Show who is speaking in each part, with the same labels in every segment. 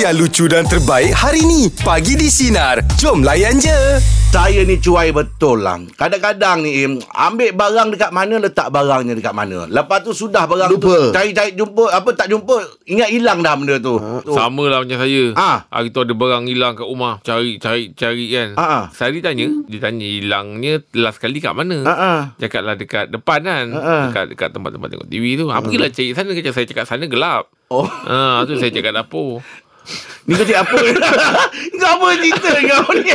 Speaker 1: yang lucu dan terbaik hari ni. Pagi di Sinar. Jom layan je.
Speaker 2: Saya ni cuai betul lah. Kadang-kadang ni Im, ambil barang dekat mana letak barangnya dekat mana. Lepas tu sudah barang tu
Speaker 3: Lupa.
Speaker 2: cari-cari jumpa apa tak jumpa ingat hilang dah benda tu. tu. Ha.
Speaker 4: Sama lah macam saya
Speaker 2: Ah.
Speaker 4: Hari tu ada barang hilang kat rumah Cari cari cari kan
Speaker 2: Ah, ah.
Speaker 4: Saya ditanya Dia tanya hilangnya Last kali kat mana
Speaker 2: Ha ah.
Speaker 4: Cakap lah dekat depan kan
Speaker 2: Ah, ah.
Speaker 4: Dekat dekat tempat-tempat tengok TV tu ha, Pergilah cari sana Kata saya cakap sana gelap
Speaker 2: Oh,
Speaker 4: Ah, tu saya cakap dapur
Speaker 2: ni kau cakap apa? kau apa cerita kau ni?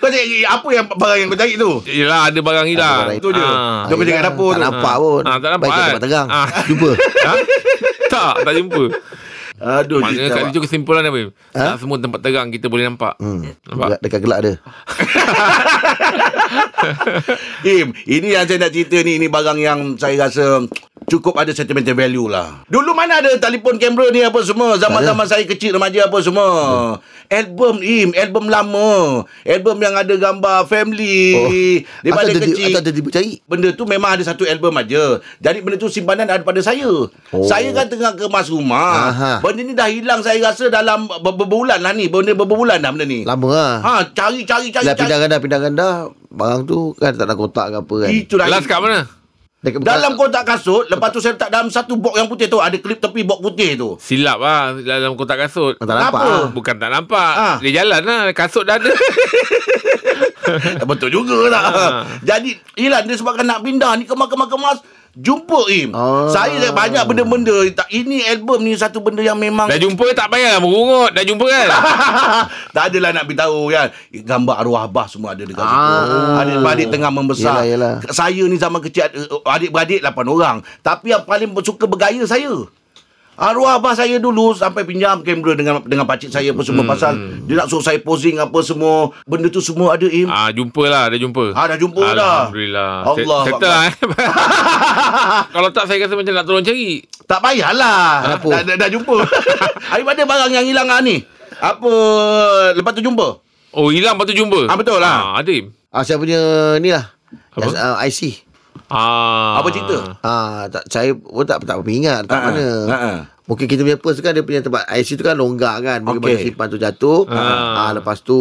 Speaker 2: kau cakap apa yang barang yang kau cari tu?
Speaker 4: Yelah ada barang hilang
Speaker 2: Itu je.
Speaker 4: Ah.
Speaker 2: Dia pergi kat dapur
Speaker 3: tak
Speaker 2: tu.
Speaker 3: nampak pun.
Speaker 4: Ah, tak nampak
Speaker 3: Baik
Speaker 4: kan?
Speaker 3: tempat terang.
Speaker 4: Ah.
Speaker 3: Jumpa.
Speaker 4: ha? Tak tak jumpa
Speaker 2: Aduh,
Speaker 4: Maknanya
Speaker 2: cerita
Speaker 4: kat
Speaker 2: awak.
Speaker 4: situ kesimpulan apa
Speaker 3: Ha?
Speaker 4: Tak semua tempat terang kita boleh nampak
Speaker 3: Hmm.
Speaker 4: Nampak?
Speaker 3: Gelak- Dekat gelak dia.
Speaker 2: Im, ini yang saya nak cerita ni Ini barang yang saya rasa Cukup ada sentimental value lah Dulu mana ada telefon kamera ni apa semua
Speaker 3: Ya.
Speaker 2: Zaman-zaman saya kecil remaja apa semua Album Im, album lama Album yang ada gambar family
Speaker 3: Oh.
Speaker 2: Daripada
Speaker 3: Atau dia-
Speaker 2: kecil
Speaker 3: Atau dia tiba cari.
Speaker 2: Benda tu memang ada satu album aja. Jadi benda tu simpanan ada pada saya. Oh.
Speaker 3: Oh.
Speaker 2: Saya kan tengah kemas rumah.
Speaker 3: Aha.
Speaker 2: Benda ni dah hilang saya rasa dalam ber- berbulan lah ni. Benda berbulan dah benda ni.
Speaker 3: Lama lah.
Speaker 2: Ha, cari cari cari.
Speaker 3: Dah
Speaker 2: cari.
Speaker 3: pindah ganda, pindah ganda. Barang tu kan tak nak kotak ke apa kan.
Speaker 2: Itu dah.
Speaker 4: Last kat mana?
Speaker 3: Dekat
Speaker 2: Dalam kotak kasut Lepas tu saya letak dalam satu box yang putih tu Ada klip tepi box putih tu
Speaker 4: Silap lah Dalam kotak kasut
Speaker 3: Tak nampak.
Speaker 2: Apa?
Speaker 3: ah.
Speaker 4: Bukan tak nampak
Speaker 2: Ah.
Speaker 4: Dia jalan lah Kasut dah ada
Speaker 2: Tak Betul juga lah Jadi Ilan dia sebabkan nak pindah Ni kemas-kemas-kemas Jumpa Im
Speaker 3: Ah.
Speaker 2: Saya banyak benda-benda Tak- Ini album ni satu benda yang memang
Speaker 4: Dah jumpa tak payahlah merungut Dah jumpa kan
Speaker 2: Ah. tak adalah nak beritahu kan Gambar arwah abah semua ada dekat
Speaker 3: Ah.
Speaker 2: situ Adik-beradik tengah membesar
Speaker 3: Yelah, yelah.
Speaker 2: Saya ni zaman kecil eh, Adik-beradik 8 orang Tapi yang paling suka bergaya saya Arwah abah saya dulu sampai pinjam kamera dengan dengan pakcik saya apa semua hmm. pasal dia nak suruh saya posing apa semua benda tu semua ada im.
Speaker 4: Ah jumpa lah Dah jumpa
Speaker 2: Ah, dah jumpa dah.
Speaker 4: Alhamdulillah
Speaker 2: Allah
Speaker 4: Se- Settle lah eh. Kalau tak saya rasa macam nak tolong cari
Speaker 2: Tak payahlah.
Speaker 3: Ah. Kenapa?
Speaker 2: Dah, dah, dah jumpa. Hari ada barang yang hilang ah, ni. Apa lepas tu jumpa?
Speaker 4: Oh hilang lepas tu jumpa
Speaker 2: Ah, betul lah.
Speaker 4: ah, Adim
Speaker 3: Ah, saya punya ni lah.
Speaker 4: Apa?
Speaker 3: Apa? Uh, IC.
Speaker 4: ah.
Speaker 2: Apa cerita?
Speaker 3: Ah, tak, saya pun tak, tak ingat tak
Speaker 2: Ah,
Speaker 3: mana.
Speaker 2: ah, ah.
Speaker 3: Mungkin kita punya purse kan dia punya tempat IC tu kan longgar kan. Mungkin
Speaker 2: Okey.
Speaker 3: okay. simpan tu jatuh.
Speaker 4: Ah.
Speaker 3: Ah. lepas tu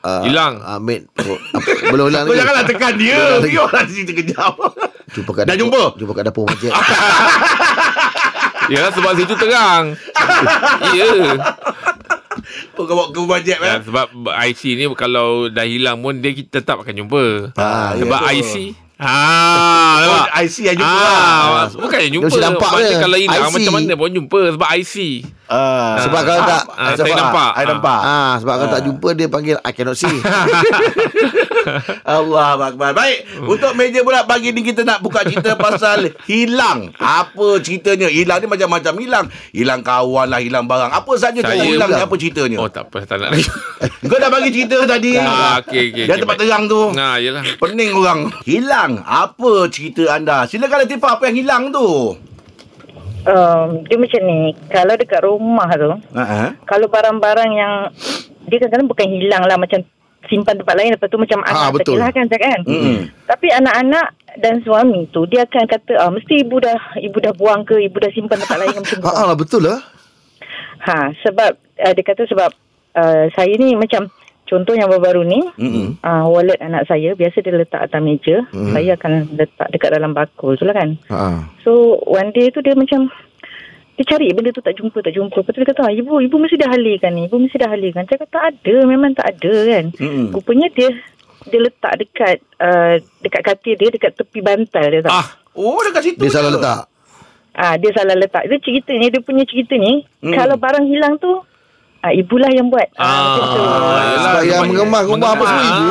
Speaker 3: ah,
Speaker 4: Hilang.
Speaker 3: Ah, mate, oh, apa, belum hilang
Speaker 2: Kau
Speaker 3: lagi.
Speaker 2: janganlah tekan dia. Biarlah cerita kejap.
Speaker 3: Jumpa kat
Speaker 2: Dah
Speaker 3: dapur-
Speaker 2: jumpa?
Speaker 3: Jumpa kat dapur macam.
Speaker 4: Yalah sebab situ terang Ya yeah.
Speaker 2: Kau bawa ke bajet eh.
Speaker 4: Ya, sebab IC ni kalau dah hilang pun dia kita tetap akan jumpa.
Speaker 2: Ah,
Speaker 4: sebab
Speaker 2: ya tu.
Speaker 4: IC Ah, nampak?
Speaker 2: Oh, IC yang jumpa lah.
Speaker 4: Ah, bukan yang jumpa.
Speaker 3: Dia mesti nampak
Speaker 4: Maksudnya
Speaker 3: dia.
Speaker 4: kalau hilang
Speaker 3: IC.
Speaker 4: macam mana pun jumpa sebab IC.
Speaker 2: Ah.
Speaker 3: Sebab kalau tak
Speaker 4: Ah,
Speaker 3: sebab-
Speaker 4: saya nampak.
Speaker 2: I nampak.
Speaker 3: Ah, sebab kalau tak jumpa dia panggil I cannot see. Ah,
Speaker 2: Allah Akbar. Baik,
Speaker 4: Hmm.
Speaker 2: untuk meja pula pagi ni kita nak buka cerita pasal hilang. Apa ceritanya? Hilang ni macam-macam hilang. Hilang kawan lah, hilang barang. Apa saja tu
Speaker 4: Saya
Speaker 2: hilang ni
Speaker 3: pula.
Speaker 2: apa ceritanya?
Speaker 4: Oh, tak apa. Tak nak lagi.
Speaker 2: Kau dah bagi cerita tadi.
Speaker 4: Ah, okey, okey,
Speaker 2: Yang
Speaker 4: okey,
Speaker 2: tempat
Speaker 4: baik.
Speaker 2: terang tu.
Speaker 4: nah, yelah.
Speaker 2: Pening orang. Hilang. Apa cerita anda? Silakan Latifah apa yang hilang tu.
Speaker 5: um, dia macam ni kalau dekat rumah tu
Speaker 2: Ha
Speaker 5: kalau barang-barang yang dia kadang-kadang bukan hilang lah macam simpan tempat lain lepas tu macam
Speaker 3: Ah,
Speaker 5: anak
Speaker 3: betul.
Speaker 5: terkelahkan kan kan
Speaker 2: Mm-mm.
Speaker 5: tapi anak-anak dan suami tu dia akan kata ah, mesti ibu dah ibu dah buang ke ibu dah simpan tempat lain macam tu
Speaker 3: ha lah betul lah.
Speaker 5: ha sebab uh, dia kata sebab uh, saya ni macam contoh yang baru-baru ni
Speaker 2: Mm-mm.
Speaker 5: uh, wallet anak saya biasa dia letak atas meja saya akan letak dekat dalam bakul tu lah kan
Speaker 3: Ha.
Speaker 5: So one day tu dia macam dia cari benda tu tak jumpa tak jumpa. Lepas tu dia kata "Ah, ibu ibu mesti dah halirkan ni. Ibu mesti dah halirkan. Saya kata tak ada memang tak ada kan.
Speaker 2: Mm-mm.
Speaker 5: Rupanya dia dia letak dekat uh, dekat katil dia dekat tepi bantal dia tahu.
Speaker 4: Ah,
Speaker 5: Ah.
Speaker 2: Oh dekat situ
Speaker 3: Dia
Speaker 2: je.
Speaker 3: salah letak.
Speaker 5: ah dia salah letak. Dia cerita ni dia punya cerita ni
Speaker 2: Mm.
Speaker 5: kalau barang hilang tu ah, ibulah yang buat. Ah, macam tu.
Speaker 4: yelah,
Speaker 3: Sebab yang
Speaker 4: sebab-
Speaker 3: mengemas rumah apa semua ibu.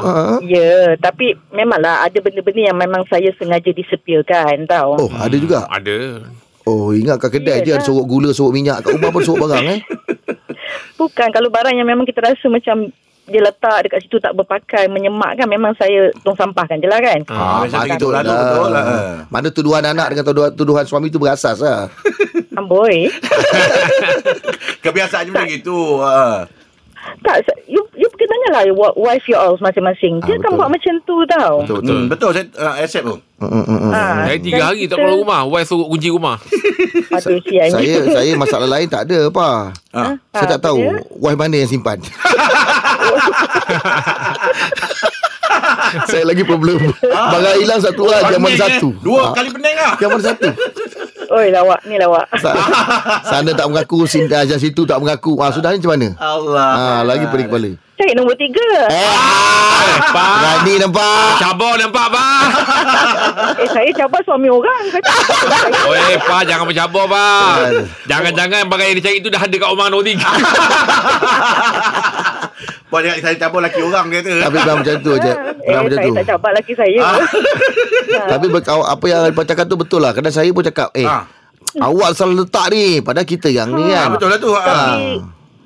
Speaker 3: Ha.
Speaker 5: Ya, tapi memanglah ada benda-benda yang memang saya sengaja disepilkan tau.
Speaker 3: Oh, ada juga.
Speaker 4: Ah, Ada.
Speaker 3: Oh, ingat kat kedai je
Speaker 5: Yelah.
Speaker 3: ada sorok gula, sorok minyak. Kat rumah pun sorok barang eh.
Speaker 5: Bukan kalau barang yang memang kita rasa macam dia letak dekat situ tak berpakai menyemak kan memang saya tong sampahkan je lah kan.
Speaker 2: Ah, macam tu
Speaker 3: Patut
Speaker 2: lah, tu betul lah.
Speaker 3: Mana tuduhan anak dengan tuduhan, tuduhan suami tu berasas lah.
Speaker 5: Ah, Amboi.
Speaker 2: Kebiasaan macam gitu. Ha.
Speaker 5: tak sa- you you kena lah wa- wife you all masing-masing. Dia
Speaker 3: Ah,
Speaker 5: akan
Speaker 3: betul.
Speaker 5: buat macam tu tau.
Speaker 4: Betul betul.
Speaker 2: Hmm, betul saya uh, accept tu.
Speaker 3: Mm, mm, mm.
Speaker 5: Ah,
Speaker 4: Saya tiga
Speaker 5: dan
Speaker 4: hari tak
Speaker 5: kita-
Speaker 4: keluar rumah. Wife suruh kunci rumah.
Speaker 5: Aduh, siang.
Speaker 3: Saya saya masalah lain tak ada apa.
Speaker 2: Ha.
Speaker 3: Saya tak tahu
Speaker 5: Ah, dia?
Speaker 3: wife mana yang simpan. saya lagi problem. Barang hilang satu lah
Speaker 2: Pening,
Speaker 3: zaman
Speaker 2: eh.
Speaker 3: satu.
Speaker 2: Dua
Speaker 3: Ah,
Speaker 2: kali pening lah.
Speaker 3: Zaman satu.
Speaker 5: Oi, lawak. Ni lawak.
Speaker 3: Sa- Sana tak mengaku, sin- ah, Ajar situ tak mengaku. Ah, sudah ni macam mana?
Speaker 2: Allah.
Speaker 3: Ah, lagi pening kepala.
Speaker 5: Cari nombor tiga.
Speaker 3: Eh,
Speaker 4: Pak.
Speaker 3: Rani nampak.
Speaker 4: Cabar nampak pak.
Speaker 3: Ah.
Speaker 5: Eh, saya cabar suami orang. Saya tak
Speaker 4: Oi pak jangan mencabar pak.
Speaker 3: Betul.
Speaker 4: Jangan-jangan barang yang dicari tu dah ada kat rumah nombor tiga.
Speaker 2: Buat dia saya cabut laki orang dia tu. Ah,
Speaker 3: Tapi memang macam tu je.
Speaker 5: Eh,
Speaker 3: Memang macam
Speaker 5: saya
Speaker 3: tu. Ah.
Speaker 5: tak cabar laki saya.
Speaker 3: Tapi berkau, apa yang Arifah cakap tu betul lah. Kadang saya pun cakap, eh,
Speaker 2: Ah.
Speaker 3: awak salah letak ni. Padahal kita yang ni
Speaker 2: Ah,
Speaker 3: kan.
Speaker 2: betul lah tu. Ha.
Speaker 5: Tapi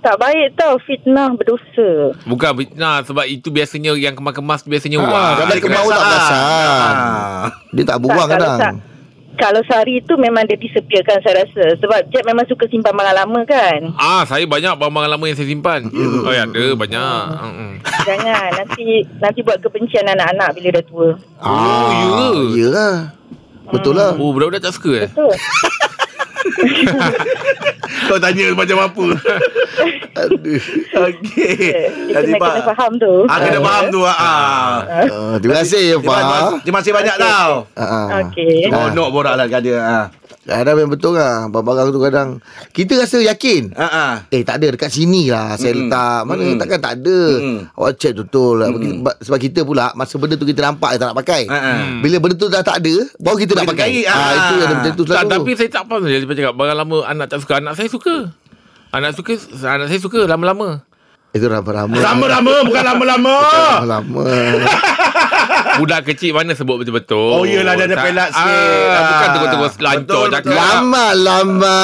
Speaker 5: tak baik tau fitnah berdosa.
Speaker 4: Bukan fitnah sebab itu biasanya yang kemas-kemas tu biasanya
Speaker 2: Ah,
Speaker 4: wah.
Speaker 3: Kadang kemau tak perasan.
Speaker 2: Ah.
Speaker 3: Dia tak buang
Speaker 5: Tak,
Speaker 3: kadang.
Speaker 5: tak- Kalau sari tu memang dia disepirkan saya rasa. Sebab Jack memang suka simpan barang lama kan.
Speaker 4: Ah, saya banyak barang-barang lama yang saya simpan. Oh, ya, ada banyak. Mm-mm.
Speaker 5: Jangan nanti nanti buat kebencian anak-anak bila dah tua.
Speaker 4: Oh, ya ke?
Speaker 3: Ah, Ya lah. Betul lah.
Speaker 4: Oh, budak-budak tak suka eh?
Speaker 5: Tu.
Speaker 2: Kau tanya macam apa?
Speaker 3: Aduh.
Speaker 2: Okey.
Speaker 5: Dia kena, kena faham tu.
Speaker 2: Ah, kena faham tu. Ah.
Speaker 3: Ah, terima kasih, Ah,
Speaker 2: Terima,
Speaker 3: Pak.
Speaker 2: terima kasih banyak tau.
Speaker 5: Okey.
Speaker 2: Oh,
Speaker 3: Nah,
Speaker 2: no borak lah kat dia. Ah.
Speaker 3: kadang memang betul lah. Barang-barang tu kadang. Kita rasa yakin.
Speaker 2: Ah, ah.
Speaker 3: Eh tak ada dekat sini lah Saya
Speaker 2: Mm-mm.
Speaker 3: letak Mana
Speaker 2: Mm-mm.
Speaker 3: takkan tak ada
Speaker 2: Mm-mm.
Speaker 3: Awak check betul lah Bagi- Sebab kita pula Masa benda tu kita nampak Kita tak nak pakai
Speaker 2: Ah, ah.
Speaker 3: Bila benda tu dah tak ada Baru kita nak
Speaker 2: Kita
Speaker 3: pakai
Speaker 2: cari,
Speaker 3: ah,
Speaker 2: ah.
Speaker 3: Itu yang macam tu
Speaker 4: Tak,
Speaker 3: selalu
Speaker 4: tapi saya tak faham dia Dia cakap barang lama anak tak suka. Anak saya suka. Anak suka, anak saya suka lama-lama.
Speaker 3: Itu lama-lama
Speaker 2: Lama-lama bukan lama-lama.
Speaker 3: Lama-lama
Speaker 4: Budak kecil mana sebut betul-betul.
Speaker 2: Oh, yelah, dia ada
Speaker 4: Tak-
Speaker 2: pelat sikit.
Speaker 4: Ah, bukan
Speaker 2: Ah.
Speaker 4: terus-terus lancar
Speaker 2: Betul,
Speaker 4: cakap.
Speaker 2: betul.
Speaker 3: Lama-lama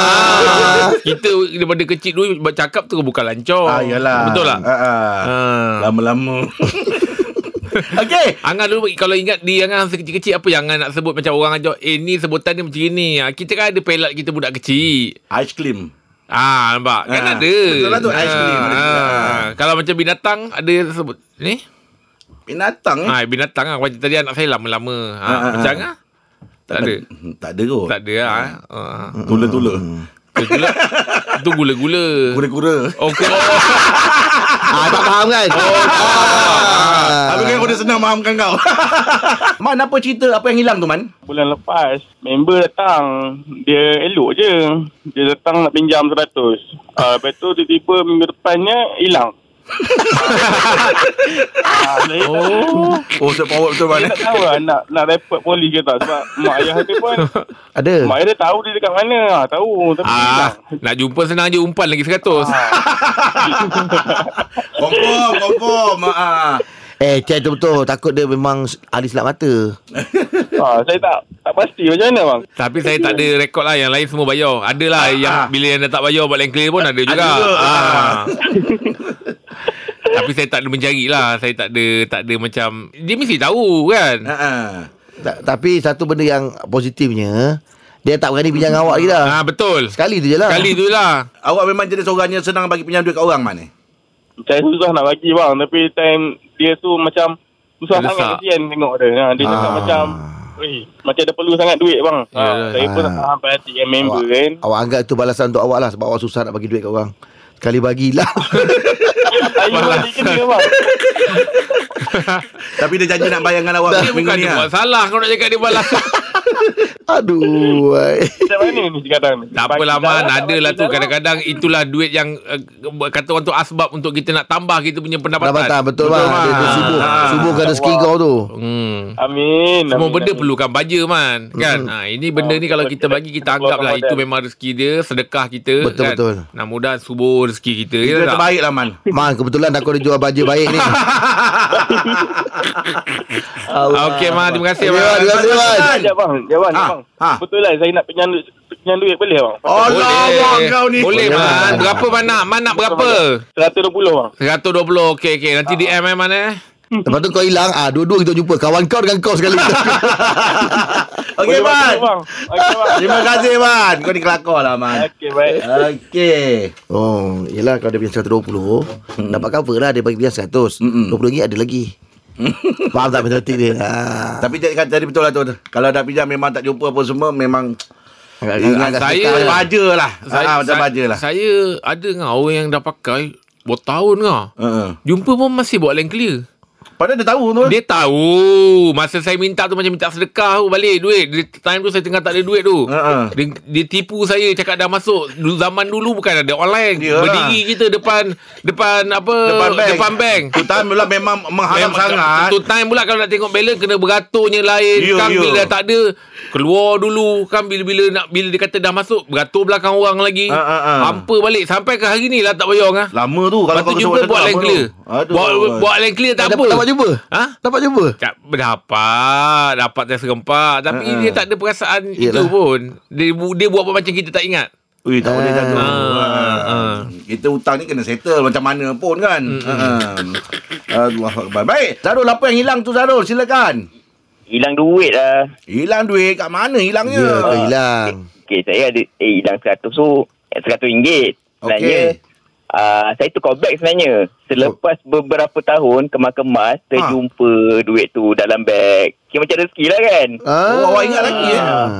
Speaker 4: Kita daripada kecil dulu cakap tu bukan lancar.
Speaker 2: Ah, yalah.
Speaker 4: Oh, Betul tak?
Speaker 2: Ah, ah.
Speaker 4: Ah.
Speaker 2: Lama-lama. Okey.
Speaker 4: Angan dulu kalau ingat di Angan masa kecil-kecil apa yang Angan nak sebut macam orang ajak eh ni sebutan dia macam ni. Ah, Kita kan ada pelat kita budak kecil.
Speaker 2: Ice cream.
Speaker 4: Ah nampak kan
Speaker 2: Ah,
Speaker 4: ada. ah.
Speaker 2: betul lah tu, ice cream ada juga.
Speaker 4: Kalau macam binatang ada sebut ni.
Speaker 2: Binatang eh.
Speaker 4: Ah binatang ah macam tadi anak saya lama-lama. Ah,
Speaker 2: Ah, ah,
Speaker 4: macam
Speaker 2: ah.
Speaker 4: ah. Tak ada.
Speaker 2: Hmm, Tak ada kot.
Speaker 4: Tak ada ah. Ah.
Speaker 2: Tula-tula.
Speaker 4: Tu gula. Tu gula-gula.
Speaker 2: Kura-kura.
Speaker 4: Oh, kura.
Speaker 3: ah, Tak faham kan
Speaker 2: Oh.
Speaker 3: ah.
Speaker 2: Habis kan aku dah senang mahamkan kau. Man, apa cerita apa yang hilang tu, Man?
Speaker 6: bulan lepas member datang dia elok je dia datang nak pinjam 100 uh, lepas tu tiba-tiba minggu depannya hilang Ah, saya tak tahu,
Speaker 2: Oh, saya power betul, Man.
Speaker 6: saya tak tahu lah nak, nak report polis ke tak sebab mak ayah dia pun
Speaker 3: Ada
Speaker 6: mak ayah dia tahu dia dekat mana ah, tahu tapi
Speaker 4: Ah,
Speaker 6: hilang.
Speaker 4: nak jumpa senang je umpan lagi 100.
Speaker 2: Confirm, confirm. Ah.
Speaker 3: Eh cek tu betul Takut dia memang Ahli silap mata
Speaker 6: ah, saya tak tak pasti macam mana bang
Speaker 4: Tapi saya tak ada rekod lah Yang lain semua bayar Adalah ah, yang Bila yang dah tak bayar Buat lain clear pun ada juga
Speaker 2: juga.
Speaker 4: ah. Tapi saya tak ada mencari lah Saya tak ada Tak ada macam Dia mesti tahu kan
Speaker 2: Ah, ah.
Speaker 3: Ta- Tapi satu benda yang Positifnya Dia tak berani
Speaker 2: Hmm.
Speaker 3: pinjam dengan awak lagi dah
Speaker 4: ah, Betul Sekali,
Speaker 3: Sekali tu je lah
Speaker 4: tu lah
Speaker 2: Awak memang jenis orang yang senang bagi pinjam duit kat orang, Man? eh?
Speaker 6: saya susah nak bagi bang tapi time dia tu macam susah
Speaker 4: Dia
Speaker 6: sangat
Speaker 4: lesak.
Speaker 6: kesian tengok dia ha, dia cakap
Speaker 3: Ah.
Speaker 6: macam Weh, macam dia perlu sangat duit bang. Ha,
Speaker 4: Yalah.
Speaker 6: saya pun
Speaker 3: Ah.
Speaker 6: tak faham perhati yang member
Speaker 3: awak,
Speaker 6: kan.
Speaker 3: awak anggap itu balasan untuk awak lah Sebab awak susah nak bagi duit kat orang Sekali lah. bagilah
Speaker 6: Saya balik kena bang.
Speaker 2: Tapi dia janji nak bayangkan awak ah.
Speaker 4: Dia bukan dia buat salah Kau nak cakap dia buat lah
Speaker 3: Aduh ai.
Speaker 6: Macam mana ni sekarang? ni?
Speaker 4: Tak
Speaker 6: Bagi
Speaker 4: apalah
Speaker 6: dah tak
Speaker 4: man
Speaker 6: bagi
Speaker 4: Adalah tu
Speaker 6: dah lah.
Speaker 4: Kadang-kadang itulah duit yang uh, Kata orang tu asbab Untuk kita nak tambah Kita punya pendapatan
Speaker 3: Pendapatan betul bang Dia, dia subuh
Speaker 2: Ah.
Speaker 3: Subuhkan rezeki kau tu
Speaker 4: Hmm
Speaker 6: Amin.
Speaker 4: Semua
Speaker 6: amin,
Speaker 4: benda
Speaker 6: amin.
Speaker 4: perlukan baja man kan. Ha ini benda ni kalau kita bagi kita anggaplah itu memang rezeki dia, sedekah kita
Speaker 3: Betul,
Speaker 4: kan.
Speaker 3: betul.
Speaker 4: Nah mudah subur rezeki kita.
Speaker 2: Dia
Speaker 4: Ya tak?
Speaker 2: terbaik lah, Man.
Speaker 3: Man kebetulan aku ada jual baju baik ni
Speaker 4: Ah, Okey man, terima kasih
Speaker 3: Okey, Man,
Speaker 4: man.
Speaker 3: terima kasih man
Speaker 2: Man.
Speaker 6: Sekejap bang, jawapan
Speaker 2: Ah,
Speaker 6: bang.
Speaker 2: ah.
Speaker 6: Betul lah saya nak pinjam duit, pinjam duit boleh bang?
Speaker 2: Allah, awak kau ni.
Speaker 4: Boleh
Speaker 3: Boleh,
Speaker 4: man.
Speaker 3: Man.
Speaker 4: Berapa man nak? Man nak berapa?
Speaker 6: 120 bang.
Speaker 4: 120. Okey okey. Nanti DM eh man eh.
Speaker 3: Lepas tu kau hilang ah Dua-dua kita jumpa Kawan kau dengan kau sekali
Speaker 2: Okey,
Speaker 6: Boleh
Speaker 2: Man.
Speaker 6: masuk, bang. Okey, bang.
Speaker 2: Terima kasih, Man. Kau ni kelakar lah, Man.
Speaker 6: Okey, baik.
Speaker 2: Okey.
Speaker 3: Oh Yelah kalau dia punya 120 hmm. Dapat cover lah Dia bagi dia 100
Speaker 2: Mm-mm.
Speaker 3: hmm. RM20 ada lagi Faham tak matematik dia ha.
Speaker 2: Tapi tadi, tadi betul lah tu. Kalau dah pinjam memang tak jumpa apa semua, memang
Speaker 3: Agak-agak
Speaker 4: saya-
Speaker 3: sekitar
Speaker 2: Eh, macam
Speaker 3: lah.
Speaker 2: baja lah. Saya, ha, macam baja lah.
Speaker 4: Saya ada ngah orang yang dah pakai bertahun ngah.
Speaker 2: Uh-uh.
Speaker 4: Jumpa pun masih buat lain clear.
Speaker 2: Padahal dia tahu tu.
Speaker 4: Dia tahu Masa saya minta tu Macam minta sedekah tu Balik duit Dia- Time tu saya tengah tak ada duit tu
Speaker 2: Ha-ha.
Speaker 4: dia, dia tipu saya Cakap dah masuk Dulu zaman dulu bukan ada online
Speaker 2: Yalah.
Speaker 4: Berdiri kita depan Depan apa
Speaker 2: depan bank.
Speaker 4: Depan bank
Speaker 2: Tu time pula memang mengharam
Speaker 4: Memang-
Speaker 2: sangat.
Speaker 4: Tu time pula kalau nak tengok balance kena beraturnya lain.
Speaker 2: Ya,
Speaker 4: kan
Speaker 2: ya.
Speaker 4: bila dah tak ada keluar dulu kan bila-bila nak bila dia kata dah masuk beratur belakang orang lagi.
Speaker 2: Ha, ha, ha.
Speaker 4: Hampa balik sampai ke hari ni lah tak bayar orang ah.
Speaker 2: Lama tu kalau
Speaker 4: Lepas tu jumpa buat lain clear. Buat buat lain clear tak apa.
Speaker 3: Dapat, dapat jumpa
Speaker 4: Ha?
Speaker 3: Dapat jumpa
Speaker 4: Tak dapat Dapat test serempak Tapi
Speaker 2: Ha, ha.
Speaker 4: dia tak ada perasaan itu
Speaker 3: Yelah.
Speaker 4: pun dia, bu- dia buat apa macam kita tak ingat
Speaker 2: Ui, tak boleh dah tu.
Speaker 4: Ah,
Speaker 2: Ah.
Speaker 4: ah.
Speaker 2: Kita hutang ni kena settle macam mana pun kan. Ah. Allah Akbar. Baik, Zarul apa yang hilang tu Zarul? Silakan.
Speaker 7: Hilang duit lah.
Speaker 2: Hilang duit kat mana
Speaker 3: Ya yeah, kau
Speaker 2: hilangnya?
Speaker 3: hilang
Speaker 7: Okey, saya ada eh, hilang seratus tu. Seratus ringgit.
Speaker 2: Okey.
Speaker 7: Sebenarnya, uh, saya tukar beg sebenarnya. Selepas beberapa tahun kemas-kemas, terjumpa duit tu dalam beg. Kira macam rezeki lah kan.
Speaker 3: Ah.
Speaker 2: awak ingat lagi, eh?
Speaker 3: Ah.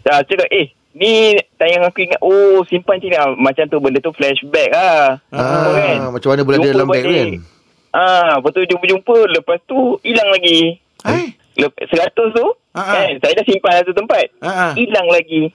Speaker 7: Dah cakap, eh, ni tayang aku ingat, oh simpan sini lah. Macam tu benda tu flashback lah. Apa
Speaker 3: Ah, macam mana pula dia
Speaker 7: Jumpa
Speaker 3: dalam beg tu
Speaker 7: balik.
Speaker 3: kan?
Speaker 7: Ah, lepas tu jumpa-jumpa, lepas tu hilang lagi.
Speaker 2: Eh?
Speaker 7: Lep- Seratus tu,
Speaker 2: Ah, ah.
Speaker 7: kan, saya dah simpan satu tempat.
Speaker 2: Ah, ah.
Speaker 7: Hilang lagi.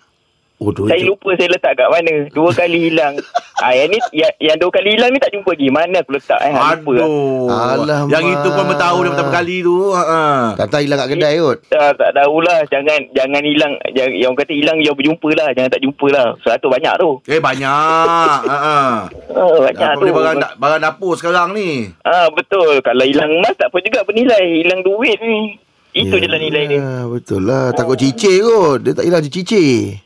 Speaker 3: Oh, duit
Speaker 7: Saya
Speaker 3: tu.
Speaker 7: lupa saya letak kat mana. Dua kali hilang. ah, yang ni yang, yang dua kali hilang ni tak jumpa lagi. Mana aku letak eh? Ah, Lupa. lah.
Speaker 2: Aduh.
Speaker 3: Alamak.
Speaker 2: Yang itu pun bertahu dia pertama kali tu. Ah.
Speaker 3: Tata hilang kat kedai kot.
Speaker 7: Tak, Ah, tak tahulah. Jangan jangan hilang. Yang, yang orang kata hilang, yang berjumpa lah. Jangan tak jumpa lah. Seratus banyak tu.
Speaker 2: Eh banyak. Ha ah.
Speaker 7: Ah, banyak
Speaker 2: Apa
Speaker 7: tu.
Speaker 2: boleh barang da- barang dapur sekarang ni?
Speaker 7: Ah, betul. Kalau hilang emas tak apa juga bernilai. Hilang duit ni. Itu je lah nilai dia.
Speaker 3: Ya, Betul lah. Takut cicir kot. Dia tak hilang dia cicir.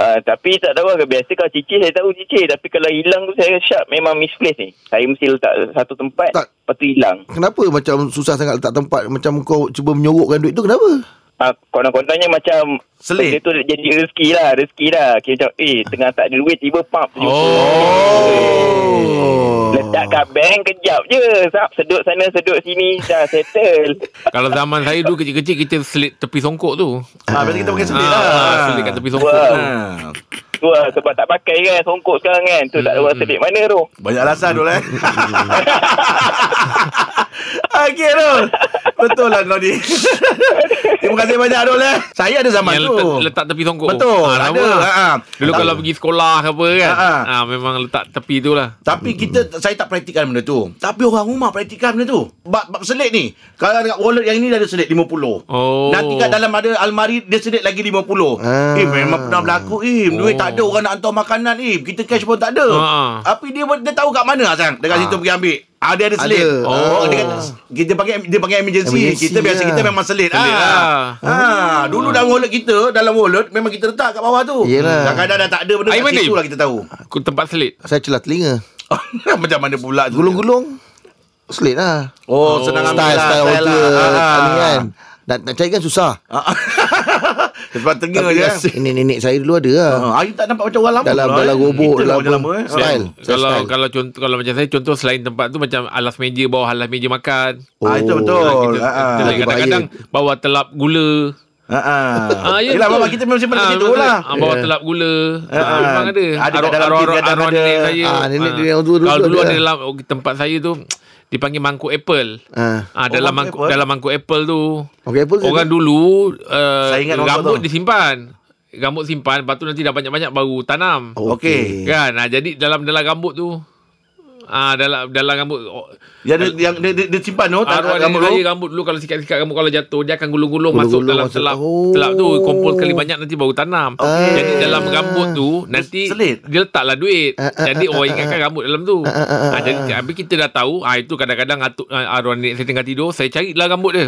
Speaker 7: Ah, tapi tak tahu lah. Biasa kalau cicir, saya tahu cicir. Tapi kalau hilang tu saya sharp. Memang misplaced ni. Saya mesti letak satu tempat.
Speaker 3: Tak.
Speaker 7: Lepas tu hilang.
Speaker 3: Kenapa macam susah sangat letak tempat Macam kau cuba menyorokkan duit tu kenapa?
Speaker 7: Ah, konon-kononnya macam
Speaker 2: Selit.
Speaker 7: benda tu jadi rezeki lah, rezeki lah. Kira macam eh tengah tak ada duit tiba pump.
Speaker 3: Oh.
Speaker 7: Letak kat bank kejap je. Sap sedut sana sedut sini dah settle.
Speaker 4: Kalau zaman saya dulu kecil-kecil Kita selit tepi songkok tu
Speaker 2: Ah, berarti kita pakai selit
Speaker 4: Ah,
Speaker 2: lah.
Speaker 4: Selit kat tepi songkok
Speaker 7: Wow.
Speaker 4: tu
Speaker 2: Ah.
Speaker 7: tu lah sebab tak pakai kan songkok sekarang kan. Tu tak ada orang selit mana tu.
Speaker 2: Banyak alasan tu lah eh. Okey Rul Betul lah kau ni Terima kasih banyak Rul eh Saya ada zaman
Speaker 4: Yang
Speaker 2: tu
Speaker 4: letak, letak tepi songkok tu.
Speaker 2: Betul,
Speaker 4: Ah,
Speaker 2: ada,
Speaker 4: lama lah.
Speaker 2: ha, ha.
Speaker 4: Dulu
Speaker 2: Lama.
Speaker 4: kalau pergi sekolah ke apa kan
Speaker 2: Ha, ha.
Speaker 4: ha, Memang letak tepi tu lah
Speaker 2: Tapi kita Saya tak praktikkan benda tu Tapi orang rumah praktikkan benda tu Bab, bab selit ni Kalau dekat wallet yang ni Dia ada selit RM50
Speaker 4: Oh.
Speaker 2: Nanti kat dalam ada almari Dia selit lagi RM50
Speaker 3: Ah.
Speaker 2: Eh memang pernah berlaku Eh duit
Speaker 4: Oh.
Speaker 2: tak ada Orang nak hantar makanan Eh kita cash pun tak ada
Speaker 4: Ha.
Speaker 2: Tapi dia dia tahu kat mana Azang Dekat
Speaker 4: Ha.
Speaker 2: situ pergi ambil Ah, dia ada selit.
Speaker 3: Ada.
Speaker 2: Oh,
Speaker 4: Oh. ya.
Speaker 2: dia kata, kita pakai dia pakai emergency.
Speaker 3: Emergency
Speaker 2: kita biasa
Speaker 3: lah.
Speaker 2: kita memang selit.
Speaker 4: Selit
Speaker 2: ah. Ha. dulu dalam wallet kita, dalam wallet memang kita letak kat bawah tu.
Speaker 3: Yelah.
Speaker 2: Kadang-kadang dah tak ada benda kat
Speaker 4: Air mandi?
Speaker 2: situ lah kita tahu.
Speaker 4: Ku tempat selit
Speaker 3: Saya celah telinga
Speaker 2: Macam mana pula tu?
Speaker 3: Gulung-gulung Selit lah
Speaker 2: Oh, senang ambil
Speaker 3: Style,
Speaker 2: lah.
Speaker 3: style
Speaker 2: style
Speaker 3: order
Speaker 2: Ah.
Speaker 3: Ni kan nak, nak cari kan susah
Speaker 2: Ah. Sebab tengah je.
Speaker 3: Tapi
Speaker 2: eh.
Speaker 3: Nenek-nenek saya dulu ada lah
Speaker 2: Ya, Ah, Hari tak nampak macam orang lama
Speaker 3: Dalam
Speaker 2: lah,
Speaker 3: dalam
Speaker 2: eh.
Speaker 3: robot
Speaker 2: Kita
Speaker 3: dalam
Speaker 2: macam lama eh.
Speaker 3: Style Saya
Speaker 4: kalau
Speaker 3: style.
Speaker 4: kalau contoh kalau macam saya contoh selain tempat tu macam alas meja bawah alas meja makan.
Speaker 2: Ah, itu betul.
Speaker 3: Oh.
Speaker 4: Ah, kita,
Speaker 2: Ah, ah.
Speaker 4: kita
Speaker 3: Lagi
Speaker 4: kadang-kadang bawa telap gula.
Speaker 2: Ha ah.
Speaker 4: Ah, ya,
Speaker 2: Yelah,
Speaker 4: betul.
Speaker 2: bapak kita memang simpan
Speaker 4: Ah,
Speaker 2: macam tu
Speaker 4: betul.
Speaker 2: lah.
Speaker 4: Ah, bawa
Speaker 3: Ya.
Speaker 4: telap gula.
Speaker 2: Ah,
Speaker 4: Ah, memang
Speaker 2: ada
Speaker 4: ada.
Speaker 2: kat
Speaker 4: Arwah-
Speaker 2: dalam
Speaker 4: arwah-
Speaker 2: kilang
Speaker 4: arwah
Speaker 2: ada.
Speaker 4: nenek saya.
Speaker 3: Ah, nenek
Speaker 4: Ah.
Speaker 3: dia yang dulu-
Speaker 4: Kalau
Speaker 3: dulu
Speaker 4: dulu
Speaker 3: ada.
Speaker 4: ada dalam tempat saya tu dipanggil mangkuk apple.
Speaker 3: Ah.
Speaker 4: Ah, dalam
Speaker 2: Oh, mangkuk apple. Oh,
Speaker 4: mangkuk
Speaker 2: ya.
Speaker 4: dalam mangkuk apple tu.
Speaker 3: Okey, apa
Speaker 4: Orang
Speaker 3: kata?
Speaker 4: dulu uh,
Speaker 2: Saya ingat orang
Speaker 4: rambut
Speaker 2: tu.
Speaker 4: disimpan. Rambut simpan, lepas tu nanti dah banyak-banyak baru tanam.
Speaker 2: Okey.
Speaker 4: Kan ah, Jadi dalam dalam rambut tu Ah dalam dalam rambut oh,
Speaker 2: Yang dia, yang dia, dia, dia simpan tu, tak
Speaker 4: arwah
Speaker 2: rambut
Speaker 4: rambut
Speaker 2: tu.
Speaker 4: saya rambut dulu kalau sikat-sikat rambut kalau jatuh dia akan gulung-gulung masuk
Speaker 3: Gulung-gulung
Speaker 4: dalam
Speaker 3: masuk.
Speaker 4: selap.
Speaker 3: Oh.
Speaker 4: Selap tu kumpul kali banyak nanti baru tanam.
Speaker 2: Okey.
Speaker 4: Jadi dalam rambut tu nanti
Speaker 2: selit.
Speaker 4: dia letaklah duit.
Speaker 3: Ah, ah,
Speaker 4: jadi
Speaker 3: ah,
Speaker 4: orang
Speaker 3: ah,
Speaker 4: ingatkan
Speaker 3: ah.
Speaker 4: rambut dalam tu.
Speaker 3: Ah, ah, ah,
Speaker 4: Ah, jadi
Speaker 3: ah.
Speaker 4: habis kita dah tahu ah itu kadang-kadang atuk ah, arwah nenek saya tengah tidur saya carilah rambut dia.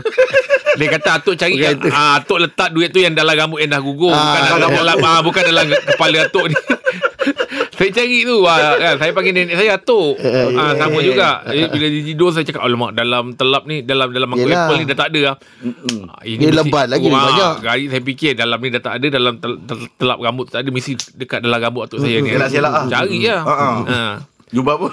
Speaker 4: Dia kata atuk cari
Speaker 3: Bukan
Speaker 4: yang,
Speaker 3: itu.
Speaker 4: ah, atuk letak duit tu yang dalam rambut yang dah gugur
Speaker 3: Ah,
Speaker 4: bukan dalam,
Speaker 3: rambut.
Speaker 4: dalam ah, bukan dalam kepala atuk ni. Saya cari tu ah, kan. Saya panggil nenek saya Atuk
Speaker 3: Eh,
Speaker 4: ah, Sama juga Eh, Bila dia tidur saya cakap Alamak dalam telap ni Dalam dalam mangkuk
Speaker 3: Yelah.
Speaker 4: apple ni dah tak ada lah. Ah, ini
Speaker 3: Dia
Speaker 4: mesti-
Speaker 3: lebat lagi,
Speaker 4: Wah,
Speaker 3: banyak.
Speaker 4: kali saya fikir dalam ni dah tak ada Dalam tel, tel, telap rambut tak ada Mesti dekat dalam rambut atuk saya ni
Speaker 2: Selak-selak ah.
Speaker 4: Cari lah
Speaker 2: Ah, ah.
Speaker 4: Ah.
Speaker 2: Jumpa apa?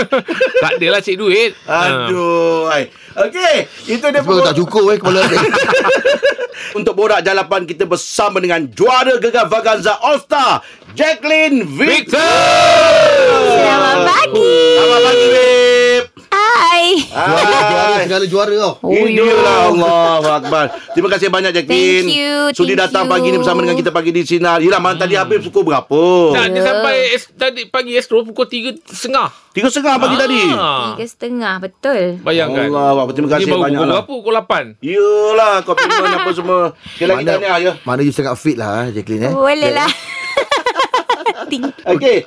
Speaker 4: Tak ada lah cik duit Ah.
Speaker 2: Aduh. ai. Okey, itu dia
Speaker 3: Sebab tak cukup eh kepala saya.
Speaker 2: Untuk borak jalapan kita bersama dengan juara gegar Vaganza All Star, Jacqueline Victor.
Speaker 8: Selamat pagi.
Speaker 2: Selamat pagi, babe.
Speaker 8: Hai.
Speaker 3: Juara, juara
Speaker 2: Hai.
Speaker 3: segala juara tau.
Speaker 8: Oh,
Speaker 2: Inilah Allah Akbar Terima kasih banyak Jacqueline
Speaker 8: Thank you,
Speaker 2: Sudi
Speaker 8: thank
Speaker 2: datang
Speaker 8: you. Hmm.
Speaker 2: pagi ni Bersama dengan kita pagi di Sinar Yelah malam tadi Habib Pukul berapa
Speaker 4: Tak, dia
Speaker 8: Ya.
Speaker 4: sampai es- tadi pagi Astro pukul 3.30
Speaker 2: Tiga setengah pagi tadi
Speaker 8: Tiga setengah betul.
Speaker 4: Bayangkan
Speaker 2: Allah Akbar Terima
Speaker 4: Dia
Speaker 2: kasih
Speaker 4: baru
Speaker 2: banyak
Speaker 4: pukul
Speaker 2: lah
Speaker 4: berapa? Pukul 8
Speaker 2: Yelah kau pingin apa semua Sekali lagi tanya ya
Speaker 3: mana you sangat fit lah Jacqueline eh.
Speaker 8: Boleh lah. Ting-
Speaker 2: Okey